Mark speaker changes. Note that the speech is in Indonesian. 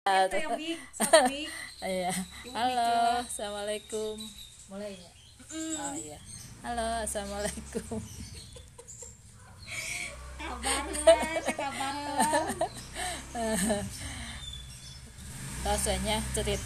Speaker 1: Gitu
Speaker 2: Kita
Speaker 1: ya,
Speaker 2: yang big, satu big.
Speaker 1: Iya.
Speaker 2: Yang
Speaker 1: Halo, assalamualaikum. Mulai ya?
Speaker 2: Mm.
Speaker 1: Oh iya. Halo, assalamualaikum.
Speaker 2: Kabaran, kabaran.
Speaker 1: Rasanya cerita.